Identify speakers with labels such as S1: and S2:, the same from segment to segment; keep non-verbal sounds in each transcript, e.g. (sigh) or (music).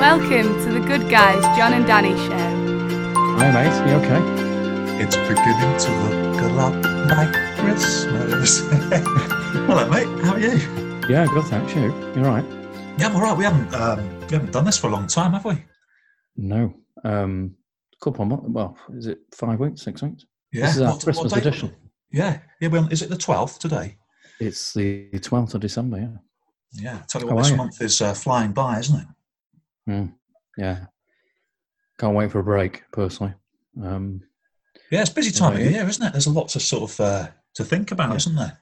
S1: Welcome to the Good Guys John and Danny Show.
S2: Hi, mate. You okay?
S3: It's beginning to look a lot like Christmas. (laughs) Hello, mate. How are you?
S2: Yeah, good. Thanks. You? You're right.
S3: Yeah, I'm all right. We haven't um, we haven't done this for a long time, have we?
S2: No. Um, couple of months. Well, is it five weeks? Six weeks?
S3: Yeah.
S2: This is our
S3: What- what
S2: Christmas
S3: day-
S2: edition.
S3: Yeah. Yeah. Well, is it the twelfth today?
S2: It's the twelfth of December. Yeah.
S3: Yeah. Tell you
S2: How
S3: what, this
S2: are you?
S3: month is uh, flying by, isn't it?
S2: Yeah. Can't wait for a break, personally. Um,
S3: Yeah, it's a busy time
S2: How
S3: of
S2: are you?
S3: year, isn't it? There's a lot to sort of uh, to think about,
S2: Yeah.
S3: isn't there?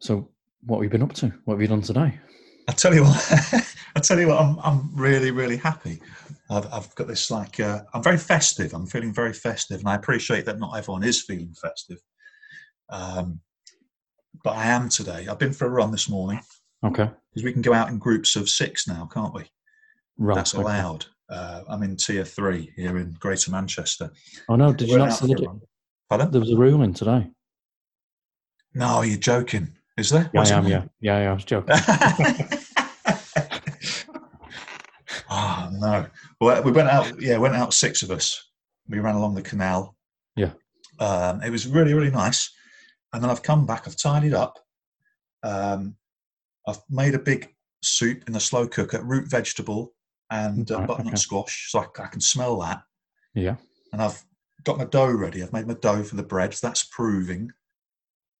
S2: so, what have you been up to? What have you done today?
S3: I tell you what, (laughs) I tell you what, I'm, I'm really, really happy. I've, I've got this like, uh, I'm very festive. I'm feeling very festive, and I appreciate that not everyone is feeling festive. Um, but I am today. I've been for a run this morning
S2: Okay.
S3: because we can go out in groups of six now, can't we?
S2: Right.
S3: That's
S2: okay.
S3: allowed. Uh, I'm in tier three here in Greater Manchester.
S2: Oh no! Did you
S3: We're
S2: not
S3: out
S2: see
S3: for a
S2: that it-
S3: run. Pardon?
S2: there was a ruling today?
S3: No, you're joking. Is there?
S2: Yeah,
S3: What's
S2: I
S3: it
S2: am.
S3: now?
S2: Yeah. yeah, yeah. I was joking.
S3: (laughs) oh no! Well, we went out. Yeah, went out six of us. We ran along the canal.
S2: Yeah.
S3: Um, it was really really nice. And then I've come back. I've tidied up. Um, I've made a big soup in the slow cooker, root vegetable and uh,
S2: Right,
S3: butternut
S2: okay.
S3: squash. So I, I can smell that.
S2: Yeah.
S3: And I've got my dough ready. I've made my dough for the bread. So that's proving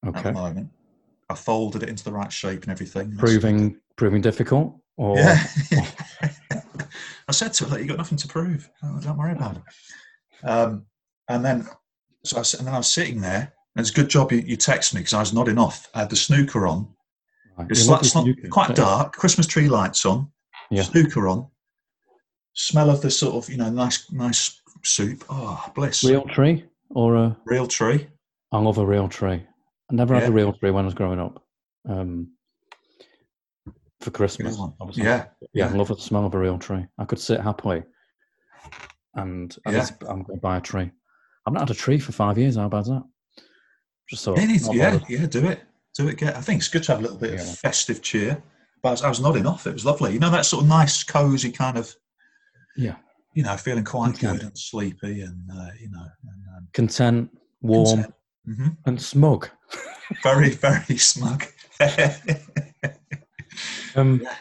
S3: at
S2: Okay.
S3: the moment. I folded it into the right shape and everything. That's-
S2: Proving proving difficult, or uh,
S3: Yeah. (laughs) I said to her, "Look, you got nothing to prove. Oh, Don't worry about it. Um, and then, so I, s- and then I was sitting there, and it's a good job you, you text me because I was nodding off. I had the snooker on.
S2: Right,
S3: It's,
S2: you're
S3: like,
S2: lucky
S3: it's not
S2: you can-
S3: quite dark. Christmas tree lights on.
S2: Yeah.
S3: Snooker on. Smell of the sort of you know nice nice soup. Oh bliss. Real,
S2: Real tree or a
S3: tree.
S2: I love a real tree. I never had
S3: Yeah.
S2: a real tree when I was growing up. Um, for Christmas,
S3: Real one.
S2: obviously.
S3: Yeah.
S2: yeah, I
S3: yeah.
S2: love the smell of a real tree. I could sit happily, and I
S3: Yeah.
S2: just- I'm going to buy a tree. I've not had a tree for five years. How bad's that? Just thought,
S3: Yeah, need
S2: not
S3: to- yeah,
S2: bothered.
S3: yeah, do it. Do it. Get. I think it's good to have a little bit
S2: Yeah.
S3: of festive cheer. But I was, I was nodding off. It was lovely. You know that sort of nice, cozy kind of.
S2: Yeah.
S3: You know, feeling quite
S2: Okay.
S3: good and sleepy, and uh, you know, and, um,
S2: content, warm,
S3: hmm
S2: and smug.
S3: very, (laughs) very smug.
S2: Um,
S3: Yeah.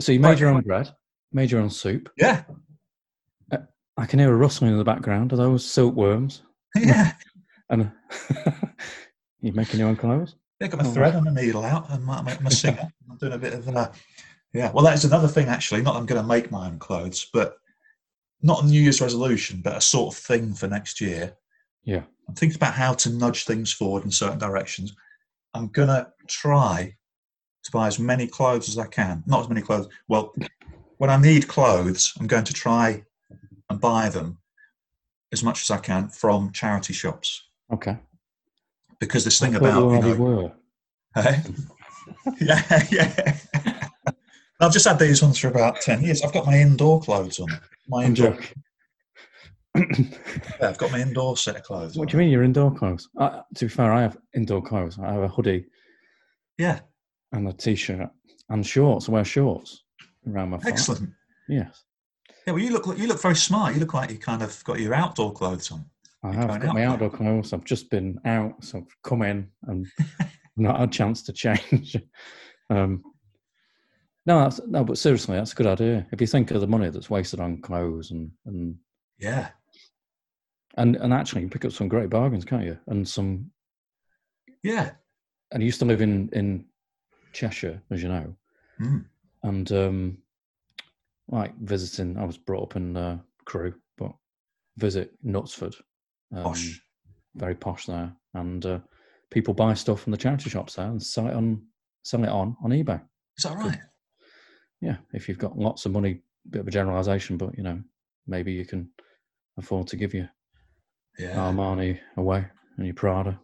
S2: so you
S3: Right.
S2: made your own bread, made your own soup.
S3: yeah,
S2: I can hear a rustling in the background. Are those silkworms?
S3: yeah.
S2: And (laughs) you making your own clothes?
S3: Yeah, got my
S2: Oh,
S3: thread and my needle out, and my, my, my
S2: (laughs)
S3: singer. I'm doing a bit of uh, yeah. Well, that's another thing actually. Not that I'm going to make my own clothes, but not a New Year's resolution, but a sort of thing for next year.
S2: Yeah.
S3: I'm thinking about how to nudge things forward in certain directions. I'm gonna try to buy as many clothes as I can. Not as many clothes. Well, when I need clothes, I'm going to try and buy them as much as I can from charity shops because
S2: Okay.
S3: because this thing
S2: I thought you
S3: about you
S2: already
S3: know,
S2: were. (laughs)
S3: Hey? yeah, yeah. I've just had these ones for about ten years. I've got my indoor clothes on. My
S2: I'm
S3: indoor,
S2: joking.
S3: yeah, I've got my indoor set of clothes.
S2: What
S3: on.
S2: do you mean you're indoor clothes? I, to be fair, I have indoor clothes. I have a hoodie
S3: Yeah,
S2: and a t-shirt and shorts. I wear shorts around my. thigh.
S3: excellent.
S2: Yes,
S3: Yeah, well, you look you look very smart. You look like you kind of got your outdoor clothes on.
S2: I
S3: You're
S2: have
S3: going
S2: got my
S3: out
S2: outdoor clothes. I've just been out, so I've come in and (laughs) not had a chance to change. (laughs) um, no, that's, no, but seriously, that's a good idea. If you think of the money that's wasted on clothes and and
S3: Yeah,
S2: and, and actually, you pick up some great bargains, can't you? And some
S3: yeah,
S2: and I used to live in in Cheshire, as you know,
S3: Mm.
S2: and um, like visiting. I was brought up in uh, Crewe, but visit Knutsford, um,
S3: posh.
S2: very posh there, and uh, people buy stuff from the charity shops there and sell it on sell it on on eBay.
S3: Is that right?
S2: Yeah, if you've got lots of money, bit of a generalisation, but you know, maybe you can afford to give your
S3: Yeah,
S2: Um, Armani away and your Prada.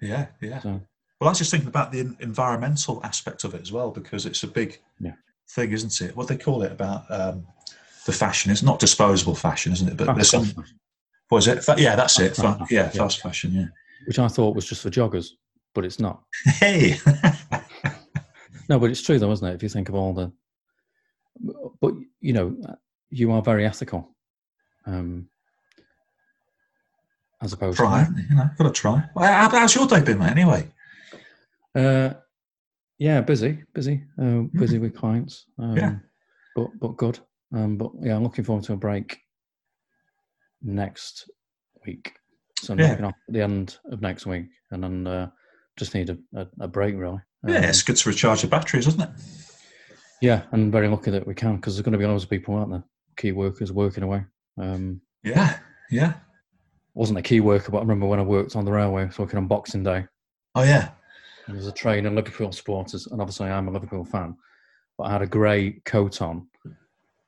S3: yeah, yeah.
S2: So-
S3: Well, I was just thinking about the en- environmental aspect of it as well because it's a big
S2: Yeah.
S3: thing, isn't it? What they call it about um, the fashion is not disposable fashion, isn't it? But there's some Was it? Fa- yeah, that's it. Fa-
S2: Fast
S3: yeah,
S2: fashion.
S3: fast fashion. Yeah.
S2: which I thought was just for joggers, but it's not.
S3: Hey.
S2: No, but it's true though, isn't it? If you think of all the you know, you are very ethical. Um, as opposed
S3: Try, you know, got to try. Well, how- how's your day been, mate? Anyway,
S2: to, uh, yeah, busy, busy, uh, busy with clients. Um,
S3: Mm-hmm. Yeah.
S2: But, but good. Um, but yeah, I'm looking forward to a break next week. So I'm
S3: Yeah.
S2: knocking off at the end of next week and then uh, just need a, a, a break really.
S3: yeah,
S2: Um,
S3: it's good to recharge the batteries, isn't it?
S2: Yeah, and very lucky that we can because there's going to be loads of people, aren't there? Key workers working away. Um,
S3: Yeah, yeah.
S2: wasn't a key worker, but I remember when I worked on the railway, I was working on Boxing Day.
S3: Oh yeah,
S2: and There was a train of Liverpool supporters, and obviously I'm a Liverpool fan, but I had a grey coat on,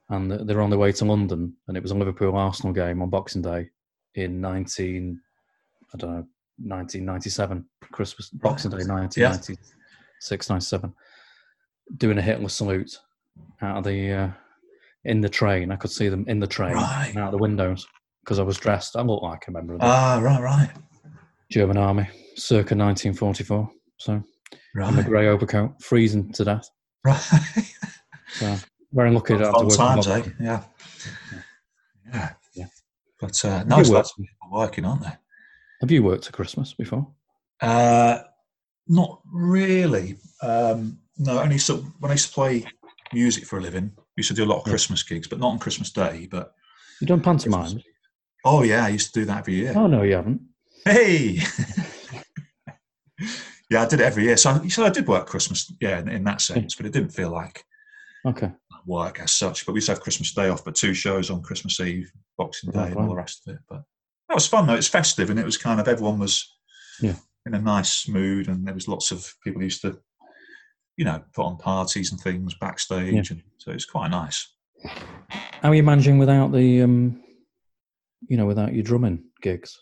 S2: and th- they were on their way to London, and it was a Liverpool Arsenal game on Boxing Day in 19, I don't know, 1997, Christmas Boxing Day 1996, 97, doing a Hitler salute out of the uh, in the train. I could see them in the train
S3: Right.
S2: out the windows because I was dressed. I looked like a member of the
S3: Ah, right, right,
S2: German army, circa 1944. So, and the
S3: right,
S2: grey overcoat, freezing to death.
S3: right.
S2: (laughs) So, very lucky that I had to
S3: Fun
S2: work from
S3: times, eh?
S2: home.
S3: Yeah, yeah,
S2: Yeah.
S3: But uh, no, it's
S2: You
S3: lots
S2: worked-
S3: of people working, aren't there?
S2: Have you worked at Christmas before?
S3: Uh, not really. Um, no, only so when I used to play music for a living, we used to do a lot of
S2: Yeah.
S3: Christmas gigs, but not on Christmas Day. But
S2: You done pantomime?
S3: oh yeah, I used to do that every year.
S2: Oh no, you haven't.
S3: Hey. (laughs) yeah, I did it every year. So I, so I did work Christmas, yeah, in, in that sense, but it didn't feel like
S2: Okay.
S3: work as such. But we used to have Christmas Day off, but two shows on Christmas Eve, Boxing Day,
S2: Right,
S3: and
S2: right.
S3: all the rest of it. But that was fun though. It's festive, and it was kind of everyone was
S2: Yeah.
S3: in a nice mood, and there was lots of people who used to, you know, put on parties and things backstage, and so it's quite nice.
S2: How are you managing without the, um, you know, without your drumming gigs?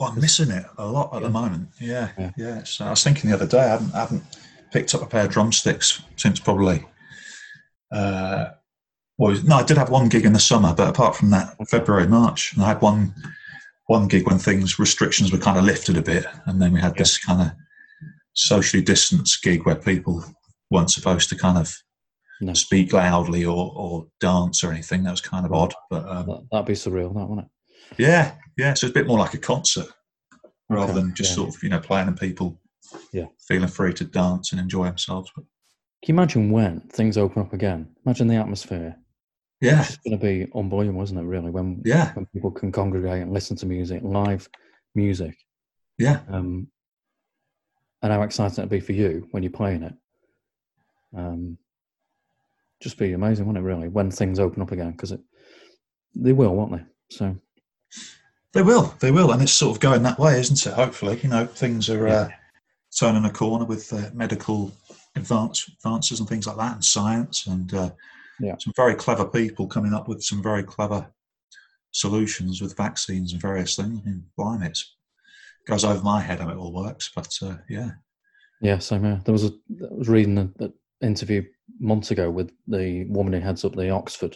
S3: Well, I'm missing it a lot at
S2: Yeah.
S3: the moment. Yeah,
S2: Yeah.
S3: yeah. So I was thinking the other day, I haven't, I haven't picked up a pair of drumsticks since probably. Uh, well, no, I did have one gig in the summer, but apart from that, February, March, and I had one one gig when things restrictions were kind of lifted a bit, and then we had this kind of socially distanced gig where people weren't supposed to kind of
S2: No,
S3: speak loudly or, or dance or anything. That was kind of odd, but um,
S2: that, that'd be surreal, that wouldn't it?
S3: yeah, yeah. So it's a bit more like a concert rather
S2: Okay,
S3: than just
S2: yeah.
S3: sort of you know playing and people
S2: Yeah.
S3: feeling free to dance and enjoy themselves. But
S2: Can you imagine when things open up again? Imagine the atmosphere.
S3: yeah,
S2: It's just going to be unbelievable, isn't it? Really, when
S3: yeah,
S2: when people can congregate and listen to music, live music.
S3: yeah,
S2: um, and how exciting it'd be for you when you're playing it. Um, just be amazing, wouldn't it? Really, when things open up again, because it they will, won't they? So
S3: they will, they will, and it's sort of going that way, isn't it? Hopefully, you know, things are uh, turning a corner with uh, medical advance, advances and things like that, and science, and uh,
S2: Yeah.
S3: some very clever people coming up with some very clever solutions with vaccines and various things. I mean, blimey, it goes over my head how it all works, but uh, yeah,
S2: yeah, same here. There was a I was reading an interview months ago with the woman who heads up the Oxford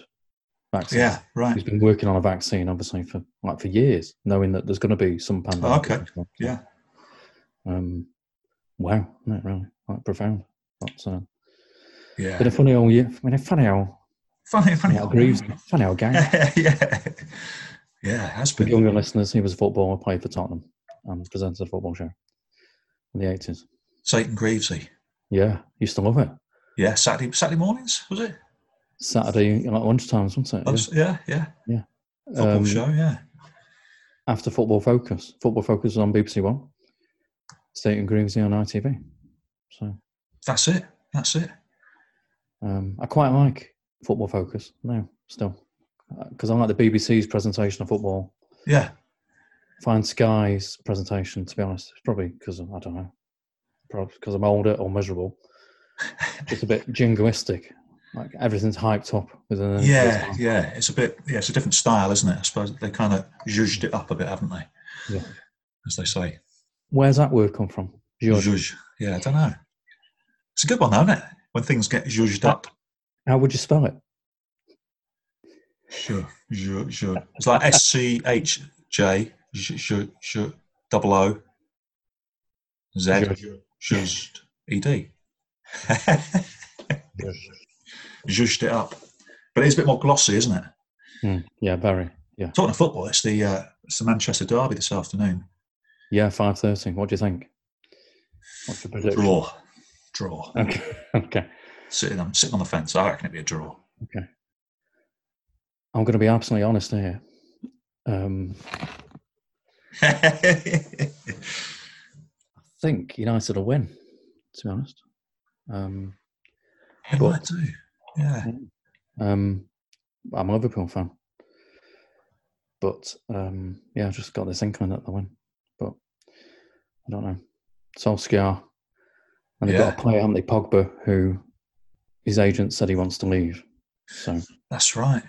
S2: vaccine.
S3: yeah,
S2: Who's
S3: right,
S2: been working on a vaccine, obviously, for like for years, knowing that there's going to be some pandemic.
S3: Oh, okay, yeah.
S2: Um, wow, not really, like profound. That's uh,
S3: yeah.
S2: been a funny old year. I mean, a funny old
S3: Funny, funny.
S2: Funny how Greaves, funny how Gang.
S3: (laughs) yeah, yeah, it has
S2: For
S3: been.
S2: younger listeners, he was a footballer, played for Tottenham, and presented a football show in the eighties.
S3: Satan Greavesy.
S2: Yeah, used to love it.
S3: Yeah, Saturday Saturday mornings was it?
S2: Saturday like lunchtimes, wasn't it?
S3: That's- Yeah, yeah.
S2: Yeah.
S3: Football
S2: Um,
S3: show. Yeah,
S2: After Football Focus, Football Focus was on BBC One. State and Greavesy on ITV. So
S3: that's it. That's it.
S2: um, I quite like Football Focus now, still, because I like the BBC's presentation of football.
S3: Yeah,
S2: Find Sky's presentation, to be honest, it's probably because I don't know, probably because I'm older or miserable. It's a bit jingoistic, like everything's hyped up within. a-
S3: uh, yeah, yeah. It's a bit. Yeah, it's a different style, isn't it? I suppose they kind of zhuzhed it up a bit, haven't they?
S2: Yeah.
S3: As they say,
S2: Where's that word come from? Zhuzh.
S3: zhuzh. Yeah, I don't know. It's a good one, though, isn't it? When things get zhuzhed up.
S2: How would you spell it?
S3: Zhuzh, zhuzh, zhuzh. It's like S C H J zhuzh, zhuzh, double O Z
S2: Zhuzh.
S3: zhuzhed E D. Zhuzhed it up. But it is a bit more glossy, isn't it?
S2: Mm, yeah, very.
S3: Talking of football, it's the uh, it's the Manchester derby this afternoon.
S2: Yeah, five thirty. What do you think? What's your prediction?
S3: Draw, draw.
S2: (laughs) Okay. okay.
S3: Sitting, I'm sitting on the fence. I reckon it'd be a draw. (laughs)
S2: I'm going to be absolutely honest here. Um, I think United will win. To be honest. Um,
S3: It might do. Yeah.
S2: Um, I'm a Liverpool fan, but um, yeah, I've just got this inkling that they win, but I don't know. Solskjaer, and they've got a player, haven't they, Pogba, who his agent said he wants to leave. So
S3: That's right.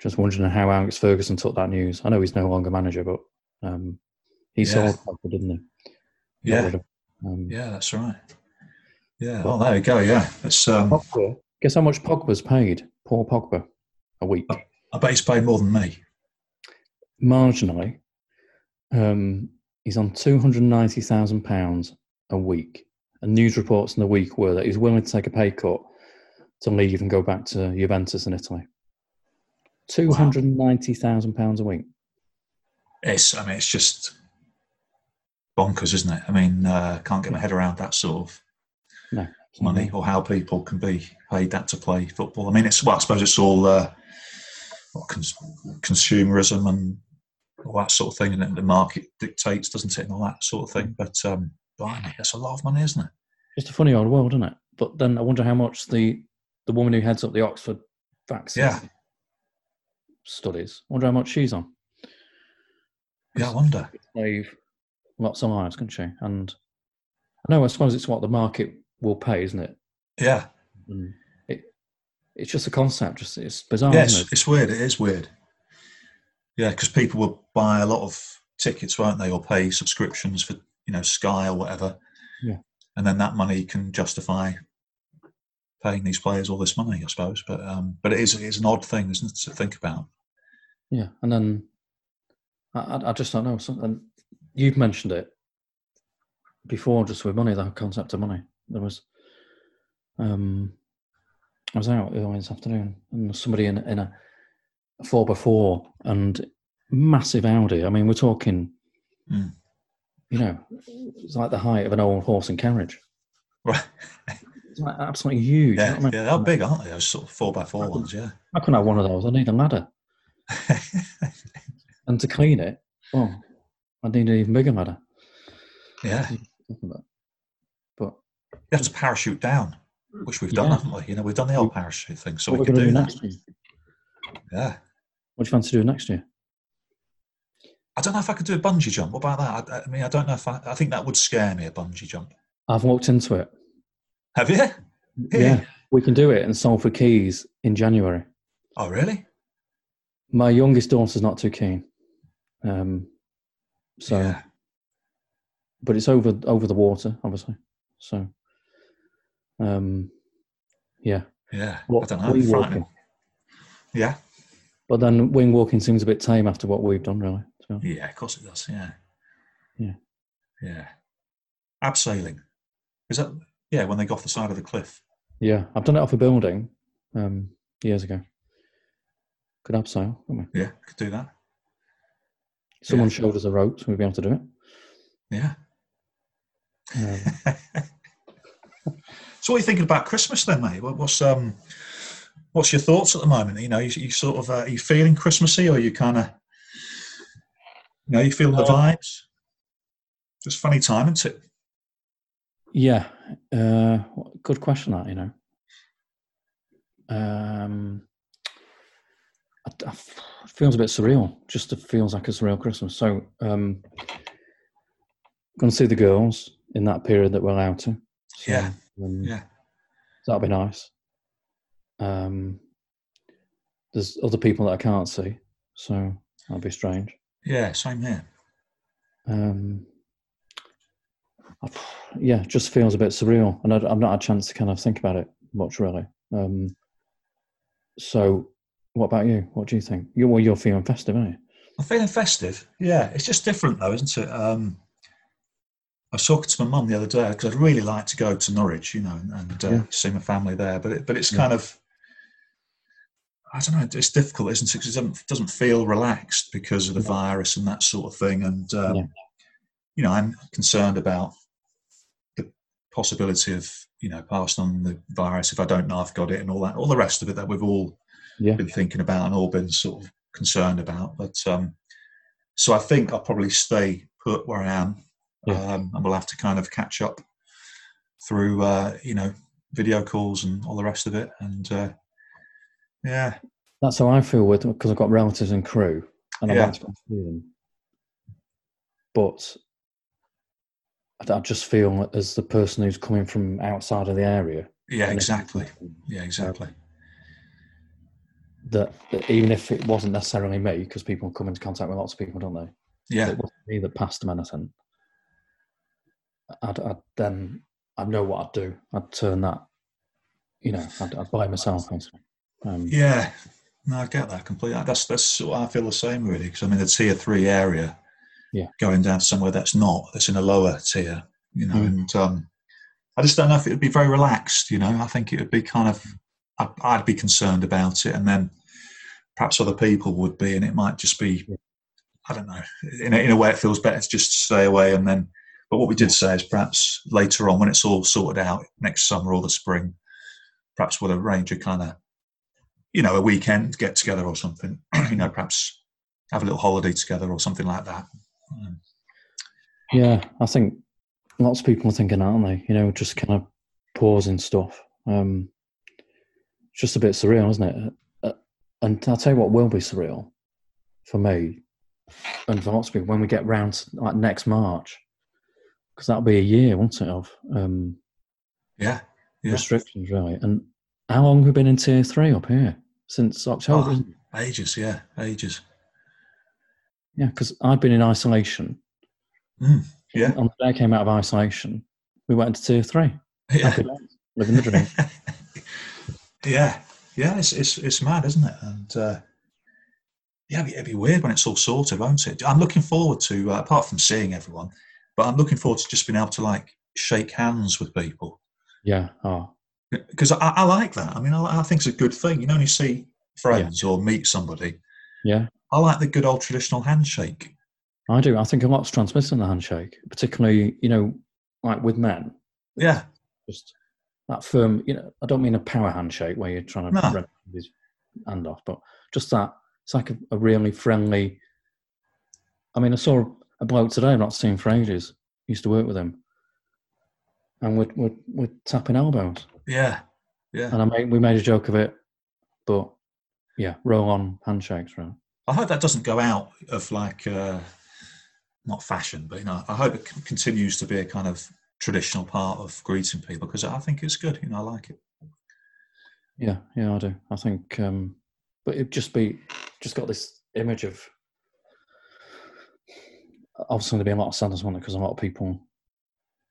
S2: just wondering how Alex Ferguson took that news. I know he's no longer manager, but um, he
S3: Yeah.
S2: sold Pogba, didn't he? Got
S3: Yeah.
S2: rid of- Um,
S3: Yeah, that's right. Yeah. Well, there you go. Yeah. It's. Um,
S2: Pogba. Guess how much Pogba's paid? Poor Pogba, a week.
S3: I bet he's paid more than me.
S2: marginally. Um, he's on two hundred ninety thousand pounds a week, and news reports in the week were that he was willing to take a pay cut to leave and go back to Juventus in Italy. Two hundred ninety thousand pounds a week.
S3: It's. I mean, it's just bonkers, isn't it? I mean, uh, can't get my head around that sort of money or how people can be paid that to play football. I mean, it's well, I suppose it's all uh, what, cons- consumerism and all that sort of thing, and the market dictates, doesn't it, and all that sort of thing. But um, blimey, that's a lot of money, isn't it?
S2: Just a funny old world, isn't it? But then I wonder how much the the woman who heads up the Oxford vaccine
S3: Yeah.
S2: studies. I wonder how much she's on.
S3: Yeah, I wonder.
S2: save lots of lives, couldn't she? And I know, I suppose it's what the market will pay, isn't it?
S3: Yeah,
S2: And it it's just a concept. Just it's bizarre,
S3: yeah,
S2: Oh, isn't
S3: it's,
S2: it?
S3: it's weird. It is weird. Yeah, because people will buy a lot of tickets, won't they, or pay subscriptions for you know Sky or whatever.
S2: Yeah.
S3: and then that money can justify paying these players all this money, I suppose. But um, but it is it's an odd thing, isn't it, to think about?
S2: Yeah, and then I, I, I just don't know. So, and you've mentioned it before, just with money, the concept of money. There was, um, I was out early this afternoon, and there was somebody in in a four by four and massive Audi. I mean, we're talking,
S3: Mm.
S2: you know, it's like the height of an old horse and carriage.
S3: Right?
S2: It's like absolutely huge. you know
S3: (laughs) Yeah,
S2: what I mean?
S3: yeah, they're big, aren't they? Those sort of four by four ones. Yeah,
S2: I couldn't have one of those. I need a
S3: (laughs)
S2: ladder. and to clean it, well, I need an even bigger ladder.
S3: yeah.
S2: But
S3: You have to parachute down, which we've done,
S2: Yeah.
S3: haven't we? You know, we've done the old parachute thing, so
S2: what
S3: we
S2: we're
S3: can
S2: going to do
S3: do that.
S2: next year?
S3: Yeah.
S2: What do you fancy doing next year?
S3: I don't know if I could do a bungee jump. What about that? I, I mean, I don't know if I, I think that would scare me a bungee jump.
S2: I've walked into
S3: (laughs)
S2: it.
S3: Have you?
S2: Yeah, we can do it in Salford Keys in January.
S3: Oh, really?
S2: My youngest daughter's not too keen. Um, so,
S3: Yeah.
S2: but it's over over the water, obviously. So, um, yeah.
S3: Yeah. I
S2: What-
S3: don't know.
S2: wing
S3: Frightening.
S2: walking.
S3: Yeah.
S2: But then wing walking seems a bit tame after what we've done, really. So,
S3: Yeah, of course it does. Yeah.
S2: Yeah.
S3: Yeah. Abseiling. Is that, yeah, when they go off the side of the cliff.
S2: Yeah, I've done it off a building um, years ago. Good abseil, couldn't we?
S3: Yeah. Could do that.
S2: Someone showed us a rope, so we'd be able to do it.
S3: Yeah.
S2: Um,
S3: So, what are you thinking about Christmas then, mate? What, what's, um, what's your thoughts at the moment? You know, you, you sort of, uh, are you feeling Christmassy or are you kind of, you know, you feeling the
S2: Uh,
S3: vibes? Just funny time, isn't it?
S2: yeah, uh, wh- good question. That you know, um, I d- I f- it feels a bit surreal. Just it feels like a surreal Christmas. So, um, going to see the girls in that period that we're allowed to. So,
S3: Yeah.
S2: um,
S3: Yeah.
S2: That'll be nice. Um, there's other people that I can't see, so that'll be strange.
S3: Yeah, same here.
S2: Um, I've, yeah, it just feels a bit surreal, and I, I've not had a chance to kind of think about it much, really. Um, so, what about you? What do you think? You, well, you're feeling festive, aren't you?
S3: I'm feeling festive. Yeah, it's just different though, isn't it? Um, I was talking to my mum the other day because I'd really like to go to Norwich, you know, and, and uh,
S2: Yeah.
S3: see my family there. But it, but it's
S2: Yeah.
S3: kind of I don't know. It's difficult, isn't it? 'Cause it doesn't, doesn't feel relaxed because of the virus and that sort of thing. And um,
S2: Yeah.
S3: you know, I'm concerned about the possibility of you know passing on the virus if I don't know I've got it and all that, all the rest of it that we've all
S2: Yeah.
S3: been thinking about and all been sort of concerned about. But um, so I think I'll probably stay put where I am,
S2: Yeah.
S3: um, and we'll have to kind of catch up through uh, you know video calls and all the rest of it. And uh, yeah.
S2: That's how I feel with because I've got relatives and crew, and I'd
S3: Yeah.
S2: like to go see them. But I d- I just feel as the person who's coming from outside of the area.
S3: Yeah,
S2: and if-
S3: exactly. Yeah, exactly.
S2: That, that even if it wasn't necessarily me, because people come into contact with lots of people, don't they?
S3: Yeah,
S2: It wasn't me that passed them anything. I'd, I'd then I know what I'd do. I'd turn that, you know, I'd, I'd buy myself. basically. Um,
S3: yeah. No, I get that completely. That's that's sort of- I feel the same really because I'm in a tier three area.
S2: Yeah.
S3: going down somewhere that's not that's in a lower tier, you know,
S2: Mm.
S3: and um, I just don't know if it would be very relaxed. You know, I think it would be kind of I'd, I'd be concerned about it, and then perhaps other people would be, and it might just be I don't know. In a, in a way, it feels better to just stay away, and then. But what we did say is perhaps later on, when it's all sorted out next summer or the spring, perhaps we'll arrange a kind of, you know, a weekend get together or something. (clears throat) you know, perhaps have a little holiday together or something like that. Um,
S2: Yeah, I think lots of people are thinking, that, aren't they? You know, just kind of pausing stuff. Um, it's just a bit surreal, isn't it? Uh, And I'll tell you what will be surreal for me and for lots of people when we get round to like next March, because that'll be a year, won't it, of um,
S3: yeah, yeah,
S2: restrictions, really. And how long have we been in tier three up here? Since October,
S3: Oh.
S2: isn't it?
S3: ages. Yeah, ages. (laughs)
S2: Yeah, because I've been in isolation.
S3: Mm, yeah.
S2: On the day I came out of isolation, we went into tier three.
S3: Yeah, (laughs)
S2: Happy days, Living the dream.
S3: yeah, yeah. It's it's it's mad, isn't it? And uh, yeah, it'd be, it'd be weird when it's all sorted, won't it? I'm looking forward to uh, apart from seeing everyone, but I'm looking forward to just being able to like shake hands with people.
S2: (laughs) Yeah. Oh,
S3: because I, I like that. I mean, I, I think it's a good thing. You know, when you see friends or meet somebody,
S2: yeah.
S3: I like the good old traditional handshake.
S2: I do. I think a lot's transmitted in the handshake, particularly, you know, like with men.
S3: Yeah,
S2: Just that firm, you know, I don't mean a power handshake where you're trying to
S3: No.
S2: rip his hand off, but just that. It's like a, a really friendly. I mean, I saw a bloke today I've not seen for ages. Used to work with him. And we're, we're, we're tapping elbows.
S3: yeah, yeah.
S2: And I made, we made a joke of it, but yeah, roll on handshakes, right?
S3: I hope that doesn't go out of like uh, not fashion, but you know, I hope it c- continues to be a kind of traditional part of greeting people because I think it's good. You know, I like it.
S2: Yeah, yeah, I do. I think, um, but it just be just got this image of obviously there'll be a lot of sadness on it because a lot of people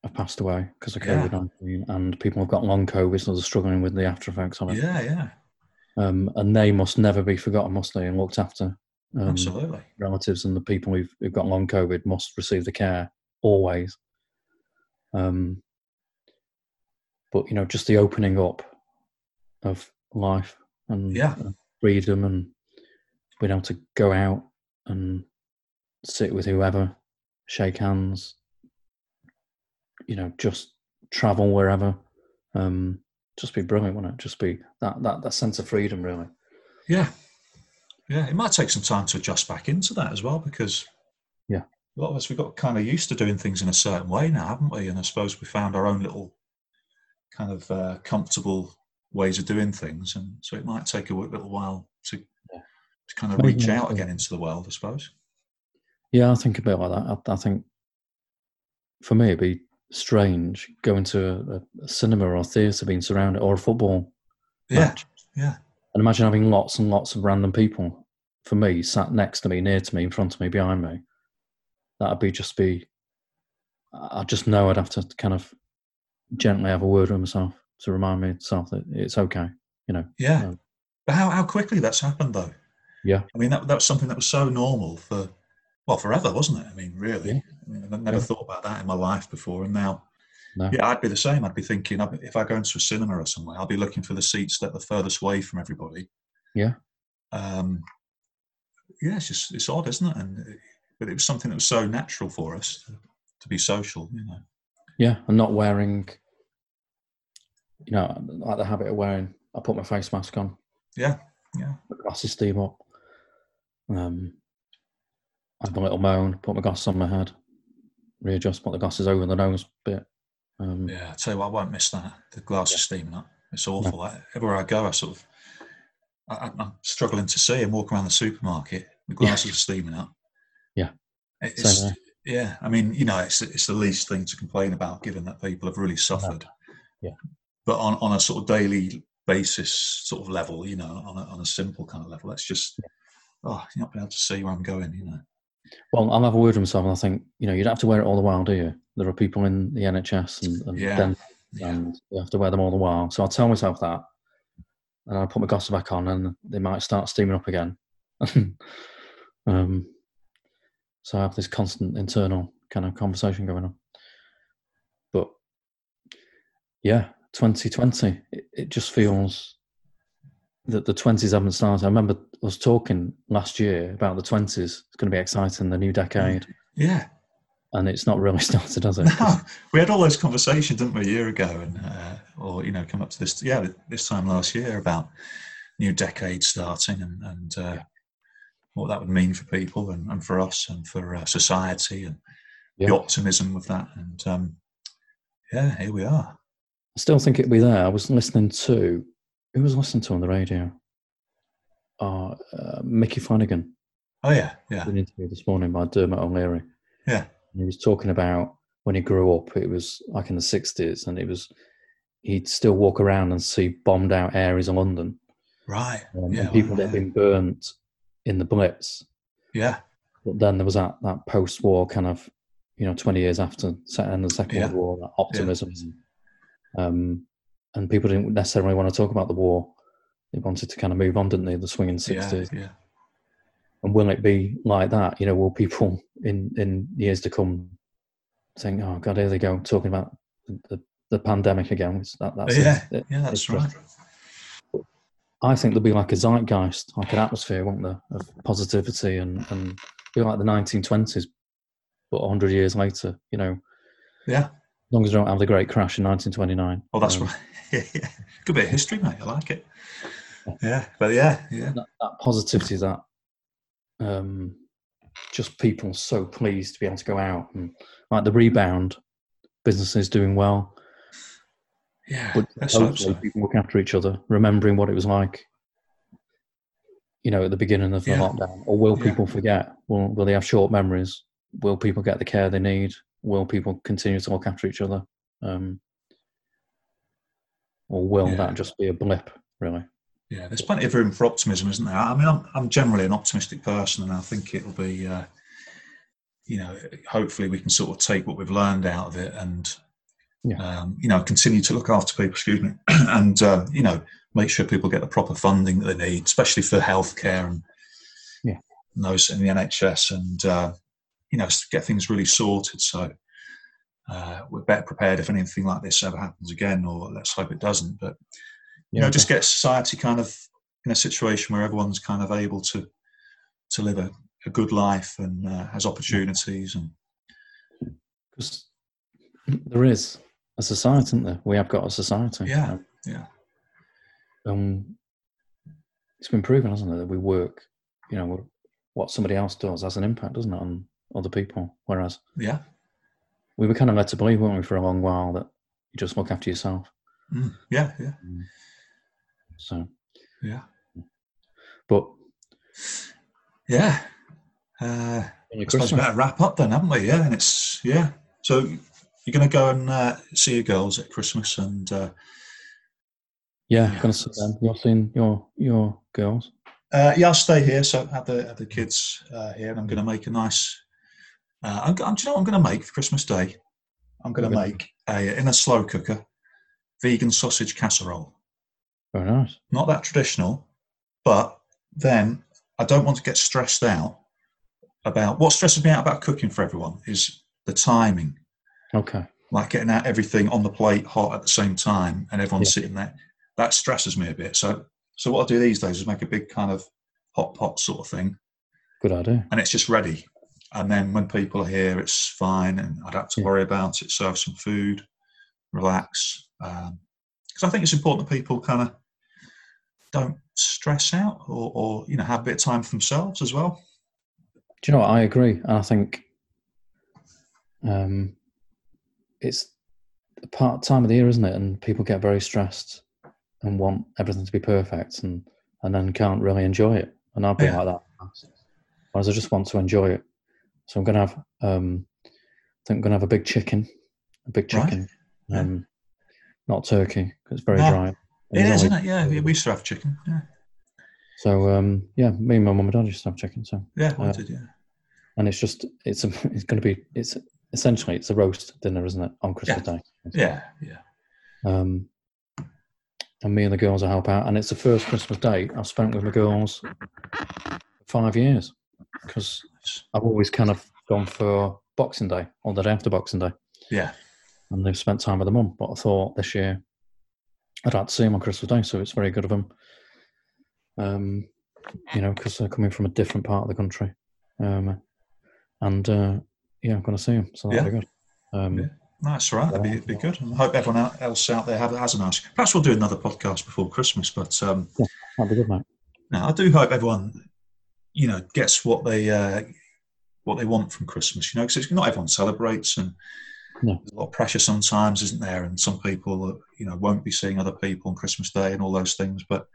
S2: have passed away because of
S3: Yeah.
S2: COVID nineteen, and people have got long COVID, so they're struggling with the after effects of it.
S3: Yeah, yeah,
S2: Um, and they must never be forgotten, must they? And looked after. Um,
S3: absolutely.
S2: relatives and the people who've, who've got long COVID must receive the care always. Um, but you know, just the opening up of life and
S3: Yeah.
S2: and freedom and being able to go out and sit with whoever, shake hands, you know, just travel wherever. Um, just be brilliant, wouldn't it? Just be that that that sense of freedom, really.
S3: Yeah, yeah. It might take some time to adjust back into that as well because
S2: Yeah.
S3: a lot of us we got kind of used to doing things in a certain way now, haven't we? And I suppose we found our own little kind of uh, comfortable ways of doing things, and so it might take a wh- little while to
S2: Yeah.
S3: to kind of
S2: Maybe
S3: reach
S2: not,
S3: out
S2: yeah.
S3: again into the world, I suppose.
S2: Yeah, I think a bit like that. I, I think for me, it'd be strange going to a, a cinema or a theatre, being surrounded, or a football
S3: Yeah,
S2: match.
S3: yeah.
S2: And imagine having lots and lots of random people for me sat next to me, near to me, in front of me, behind me. That'd be just be. I I just know I'd have to kind of gently have a word with myself to remind myself that it's okay.
S3: yeah.
S2: Yeah.
S3: But how how quickly that's happened though?
S2: Yeah.
S3: I mean that that's something that was so normal for well forever, wasn't it? I mean, really.
S2: Yeah.
S3: I mean, I never
S2: Yeah.
S3: thought about that in my life before, and now.
S2: No.
S3: Yeah, I'd be the same. I'd be thinking I'd be- if I go into a cinema or somewhere, I'll be looking for the seats that are the furthest away from everybody.
S2: Yeah.
S3: um, yeah, it's just it's odd, isn't it? And it, but it was something that was so natural for us to, to be social, you know.
S2: Yeah, and not wearing, you know, like the habit of wearing. I put my face mask on.
S3: Yeah, yeah.
S2: My glasses steam up. Um, I have my little moan. Put my glasses on my head. Readjust. Put the glasses over the nose bit. Um,
S3: Yeah, I tell you what, I won't miss that. The glass is steaming up. It's awful. Like, everywhere I go, I sort of, I, I- I'm struggling to see and walk around the supermarket.
S2: Yeah.
S3: The glasses are steaming up.
S2: Yeah.
S3: It-
S2: Same
S3: It's,
S2: here.
S3: yeah, I mean, you know, it's it's the least thing to complain about, given that people have really suffered.
S2: Yeah.
S3: But on, on a sort of daily basis sort of level, you know, on a, on a simple kind of level, that's just, oh, you're not being able to see where I'm going, you know.
S2: Um, Well, I'll have a word with myself, and I think you know you don't have to wear it all the while, do you? There are people in the NHS and, and
S3: Yeah.
S2: dental
S3: Yeah.
S2: and you have to wear them all the while. So I'll tell myself that, and I'll put my glasses back on, and they might start steaming up again. (laughs) um, so I have this constant internal kind of conversation going on. But yeah, 2020, it, it just feels that the 20s haven't started. I remember us talking last year about the 20s. It's going to be exciting, the new decade,
S3: Yeah.
S2: and it's not really (laughs) started,
S3: (laughs)
S2: has it?
S3: No, Oh, we had all those conversations, didn't we, a year ago, and uh, or you know, come up to this, yeah, this time last year about new decade starting and and uh,
S2: Yeah.
S3: what that would mean for people and, and for us and for uh, society and
S2: Yeah.
S3: the optimism of that, and um, yeah, here we are.
S2: I still think it'll be there. I was listening to who was listening to on the radio? Uh, uh, Mickey Flanagan,
S3: Oh yeah, yeah,
S2: an interview this morning by Dermot O'Leary.
S3: Yeah.
S2: And he was talking about when he grew up, it was like in the 60s, and it was he'd still walk around and see bombed out areas of London
S3: right,
S2: um,
S3: yeah,
S2: and people
S3: well,
S2: that had
S3: yeah.
S2: been burnt in the Blitz.
S3: yeah,
S2: But then there was that, that post war kind of, you know, 20 years after se- end of the Second World
S3: Yeah.
S2: War, that optimism. Um, and people didn't necessarily want to talk about the war. They wanted to kind of move on, didn't they? The swinging 60s.
S3: yeah, yeah,
S2: And will it be like that? You know, will people in, in years to come think, oh, God, here they go, talking about the, the, the pandemic again? It's that, that's it.
S3: yeah,
S2: It-
S3: yeah, that's
S2: it's
S3: right.
S2: I think there'll be like a zeitgeist, like an atmosphere, won't there, of positivity and and be like the 1920s, but 100 years later, you know, as
S3: Yeah,
S2: long as we don't have the great crash in 1929.
S3: oh, that's
S2: um,
S3: right. (laughs) yeah, yeah, good bit of history, mate. I like it. Yeah, but yeah, yeah,
S2: That, that positivity, that um, just people so pleased to be able to go out and like the rebound, businesses doing well,
S3: yeah. (laughs)
S2: but
S3: Let's hope
S2: hopefully
S3: so.
S2: people look after each other, remembering what it was like. You know, at the beginning of the
S3: Yeah.
S2: lockdown, or will
S3: Yeah.
S2: people forget? Will Will they have short memories? Will people get the care they need? Will people continue to look after each other? Um, or will
S3: Yeah.
S2: that just be a blip? Really?
S3: Yeah, there's plenty of room for optimism, isn't there? I mean, I'm, I'm generally an optimistic person, and I think it'll be, uh, you know, hopefully we can sort of take what we've learned out of it and,
S2: Yeah.
S3: um, you know, continue to look after people, excuse me, (clears throat) and, uh, you know, make sure people get the proper funding that they need, especially for healthcare and,
S2: Yeah.
S3: and those in the NHS and, uh, you know, s- get things really sorted. So uh, we're better prepared if anything like this ever happens again, or let's hope it doesn't. But you know, just get society kind of in a situation where everyone's kind of able to to live a, a good life and uh, has opportunities and
S2: because there is a society, isn't there? We have got a society.
S3: Yeah, yeah.
S2: Um, it's been proven, hasn't it, that we work. You know, we're- what somebody else does has an impact, doesn't it, on other people? Whereas
S3: yeah,
S2: we were kind of led to believe, weren't we, for a long while that you just look after yourself.
S3: mm, yeah, yeah,
S2: So,
S3: yeah,
S2: but
S3: yeah. Uh,
S2: only
S3: I suppose we
S2: Christmas.
S3: better wrap up then, haven't we? Yeah, and it's yeah. So you're going to go and uh, see your girls at Christmas, and uh,
S2: Yeah,
S3: Yeah.
S2: gonna see them. You're seeing your your girls.
S3: uh, yeah, I'll stay here. So I have the have the kids uh, here, and I'm going to make a nice. Uh, I'm, go- do you know what I'm going to make for Christmas Day? I'm going to
S2: Okay.
S3: make a in a slow cooker vegan sausage casserole.
S2: Very nice.
S3: not that traditional, but then I don't want to get stressed out about what stresses me out about cooking for everyone is the timing,
S2: Okay.
S3: like getting out everything on the plate hot at the same time and everyone
S2: Yeah.
S3: sitting there. That stresses me a bit. So, so what I do these days is make a big kind of hot pot sort of thing,
S2: Good idea.
S3: and it's just ready. And then when people are here, it's fine, and I don't have to
S2: Yeah.
S3: worry about it. Serve some food, relax, because I think it's important that people kind of don't stress out or, or you know have a bit of time for themselves as well.
S2: Do you know what? I agree. And I think um, it's a part time of the year, isn't it? And people get very stressed and want everything to be perfect and, and then can't really enjoy it. And I've been
S3: Yeah.
S2: like that. Whereas I just want to enjoy it. So I'm going to have, um, I think I'm going to have a big chicken, a big
S3: Right.
S2: chicken,
S3: Yeah.
S2: um, not turkey, 'cause it's very
S3: No.
S2: dry.
S3: It is,
S2: It's
S3: isn't
S2: only-
S3: it? Yeah, we we used to have chicken. Yeah,
S2: So um, yeah, me and my mum and dad used to have chicken. So
S3: yeah, we
S2: Yeah.
S3: did. Yeah,
S2: and it's just it's a, (laughs) it's going to be it's essentially it's a roast dinner isn't it on christmas day
S3: yeah, yeah.
S2: um and me and the girls will help out and it's the first christmas day i've spent with my girls for five years because i've always kind of gone for boxing day or the day after boxing day
S3: Yeah,
S2: and they've spent time with their mum but i thought this year i'd like to see them on christmas day so it's very good of them um you know because they're coming from a different part of the country um and uh yeah i'm gonna see them so that'll be good um
S3: Yeah. that's right. That'd be, it'd be good. And I hope everyone out- else out there have, has a nice. Perhaps we'll do another podcast before Christmas. But um,
S2: that'd be good mate
S3: no, I do hope everyone, you know, gets what they uh, what they want from Christmas. You know, because not everyone celebrates, and
S2: No.
S3: there's a lot of pressure sometimes, isn't there? And some people, uh, you know, won't be seeing other people on Christmas Day and all those things. But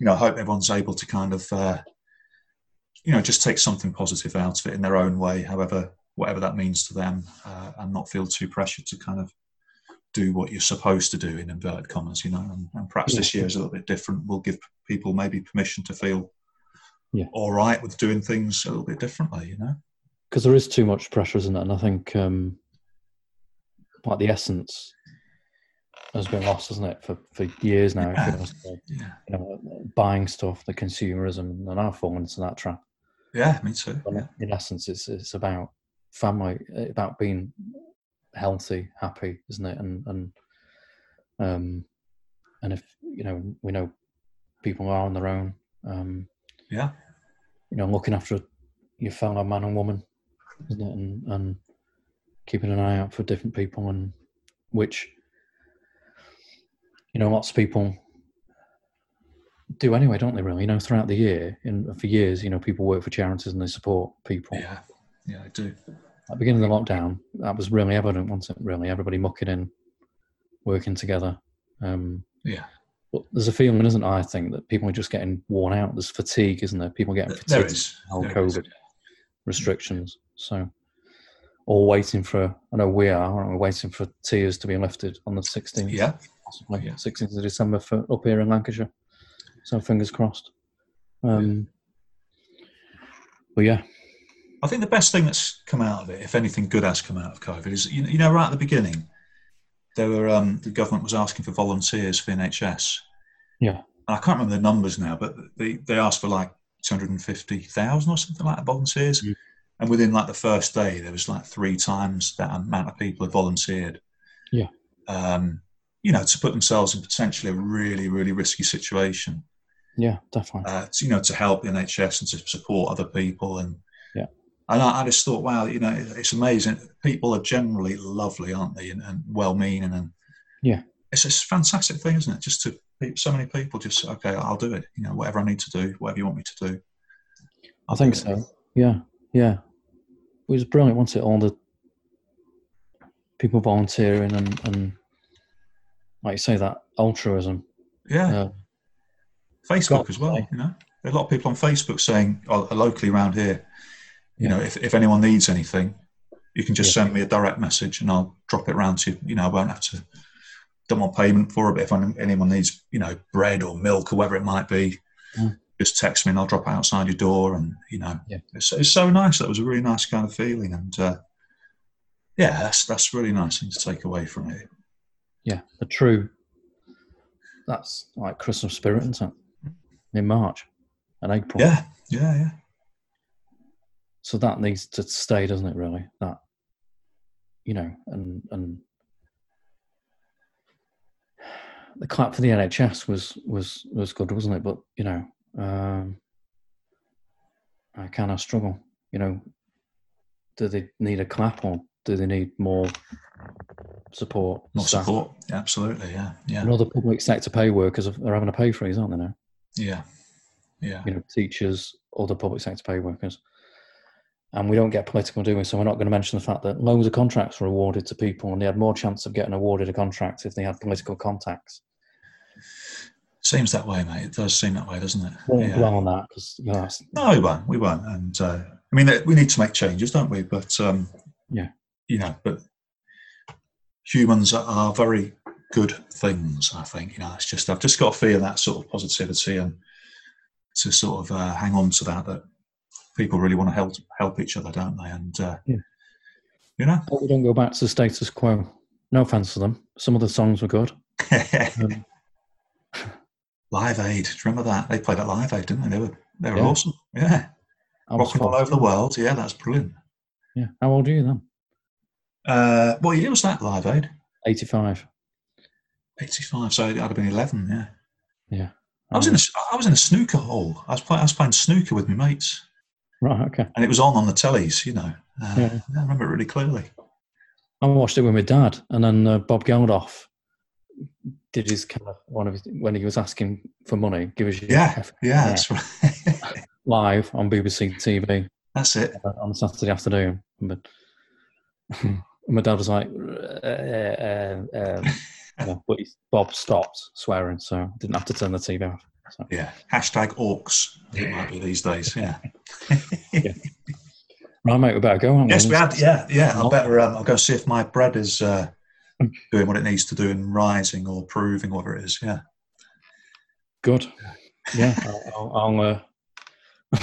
S3: you know, I hope everyone's able to kind of, uh, you know, just take something positive out of it in their own way, however, whatever that means to them, uh, and not feel too pressured to kind of do what you're supposed to do in inverted commas, you know. And, and perhaps
S2: Yeah.
S3: this year is a little bit different. We'll give people maybe permission to feel
S2: Yeah.
S3: all right with doing things a little bit differently, you know.
S2: because there is too much pressure isn't it and i think um like the essence has been lost isn't it for for years now it
S3: Yeah. (laughs)
S2: feels like,
S3: Yeah,
S2: you know buying stuff the consumerism and i've fallen into that trap
S3: yeah, me too.
S2: Well,
S3: Yeah,
S2: in essence, it's it's about family, uh, about being healthy, happy, isn't it? And and um, and if you know, we know people are on their own. Um,
S3: yeah,
S2: you know, looking after your fellow man and woman, isn't it? And and keeping an eye out for different people, and which you know, lots of people do anyway, don't they? Really, you know, throughout the year, and for years, you know, people work for charities and they support people.
S3: yeah, yeah, I do.
S2: At the beginning of the lockdown, that was really evident, wasn't it? Really, everybody mucking in, working together. Um,
S3: Yeah,
S2: but there's a feeling, isn't there, I think, that people are just getting worn out. There's fatigue, isn't there? People getting fatigued
S3: there is.
S2: whole
S3: There is.
S2: COVID restrictions. So, or waiting for, I know we are, aren't we, waiting for tiers to be lifted on the 16th,
S3: Yeah,
S2: possibly,
S3: yeah.
S2: 16th of December for up here in Lancashire. So, fingers crossed. Um, But yeah,
S3: I think the best thing that's come out of it, if anything good has come out of COVID, is you, you know right at the beginning, there were um, the government was asking for volunteers for NHS.
S2: Yeah.
S3: and I can't remember the numbers now, but they, they asked for like two hundred and fifty thousand or something like that volunteers,
S2: Mm.
S3: and within like the first day, there was like three times that amount of people had volunteered.
S2: Yeah.
S3: um, you know, to put themselves in potentially a really really risky situation
S2: yeah, definitely.
S3: uh, to, you know, to help the NHS and to support other people. And
S2: Yeah.
S3: and I, I just thought, wow, you know, it- it's amazing. People are generally lovely, aren't they, and, and well-meaning, and
S2: Yeah.
S3: it's a fantastic thing, isn't it? Just to pe- so many people just okay, I'll do it. You know, whatever I need to do, whatever you want me to do.
S2: I think
S3: I'll do it.
S2: so. Yeah, yeah. It was brilliant, wasn't it? All the people volunteering and, and like you say, that altruism.
S3: Yeah.
S2: Uh,
S3: Facebook
S2: Got
S3: as well.
S2: to say.
S3: You know, There are a lot of people on Facebook saying oh, locally around here, you
S2: Yeah.
S3: know, if, if anyone needs anything, you can just send me a direct message and I'll drop it round to you. You know, I won't have to don't want payment for it, but if any- anyone needs, you know, bread or milk or whatever it might be,
S2: Mm.
S3: just text me and I'll drop it outside your door. And you know,
S2: Yeah.
S3: it's, it's so nice. That was a really nice kind of feeling, and uh, yeah, that's that's really nice thing to take away from it.
S2: yeah, the true. That's like Christmas spirit, isn't it? In March and April.
S3: Yeah, yeah, yeah.
S2: So that needs to stay, doesn't it? Really, that you know, and and the clap for the NHS was was was good, wasn't it? But you know, um, I kind of struggle. You know, do they need a clap or do they need more support?
S3: More
S2: staff?
S3: support. Absolutely. Yeah. Yeah.
S2: And other public sector pay workers are are having a pay freeze, aren't they now?
S3: Yeah. Yeah.
S2: You know, teachers, other public sector pay workers. And we don't get political doing, so we're not going to mention the fact that loads of contracts were awarded to people and they had more chance of getting awarded a contract if they had political contacts.
S3: Seems that way, mate. It does seem that way, doesn't it?
S2: Won't
S3: Yeah.
S2: dwell on that because that's
S3: No, we won't. We won't. And uh, I mean, we need to make changes, don't we? But um,
S2: Yeah.
S3: you know, but humans are, are very good things. I think you know. It's just I've just got to feel that sort of positivity and to sort of uh, hang on to that. That people really want to help help each other, don't they? And uh,
S2: Yeah.
S3: you know,
S2: Hope we don't go back to the status quo. No offense to them. Some of the songs were good. Um,
S3: (laughs) Live Aid. Do you remember that they played at Live Aid, didn't they? They were they were
S2: Yeah.
S3: awesome. Yeah,
S2: I was
S3: rocking all
S2: full-
S3: over the world. Yeah, that's brilliant.
S2: Yeah. How old are you then?
S3: Uh, what year was that Live Aid?
S2: 85.
S3: 85, so I'd have been 11, yeah.
S2: Yeah.
S3: I
S2: Mm.
S3: was in a, I was in a snooker hall. I was, play, I was playing snooker with my mates,
S2: Um, Right, okay.
S3: and it was on on the tellies, you know. Uh,
S2: Yeah.
S3: I remember it really clearly.
S2: I watched it with my dad, and then uh, Bob Geldof did his kind of one of his, when he was asking for money, give us your
S3: Yeah,
S2: F-
S3: yeah, that's (laughs) right.
S2: live on BBC TV
S3: that's it.
S2: uh, on Saturday afternoon. But and (laughs) my dad was like, uh, uh, um, you
S3: (laughs)
S2: know, but he, Bob stopped swearing, so I didn't have to turn the TV off.
S3: Yeah, hashtag orcs. I think It might be these days. Yeah.
S2: Right, mate, we better go. haven't
S3: yes, we had. Yeah, yeah. I
S2: Not-
S3: better. Um, I'll go see if my bread is uh, doing what it needs to do in rising or proving, whatever it is. Yeah.
S2: Good. Yeah, I'll I'll, I'll,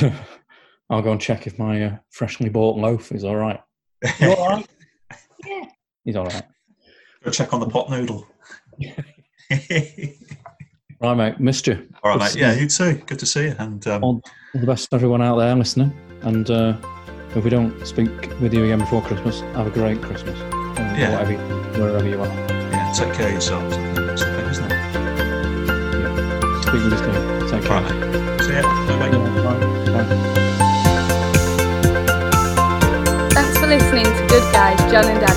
S2: uh, (laughs) I'll go and check if my uh, freshly bought loaf is all right. You all
S3: (laughs)
S2: right? yeah, he's all right.
S3: Go check on the pot noodle.
S2: Right, mate. Missed you.
S3: All right,
S2: Good to
S3: mate. Yeah,
S2: see
S3: you too. Good to see you. And um,
S2: All, all the best to everyone out there listening. And uh, if we don't speak with you again before Christmas, have a great Christmas. Uh,
S3: Yeah.
S2: Whatever, you- wherever you are.
S3: yeah, take care of yourselves. I think that's the thing, isn't it?
S2: Speak with us soon. Take care.
S3: Right. See ya. Bye-bye.
S2: Bye. Bye.
S1: Thanks for listening to Good Guys, John and Danny.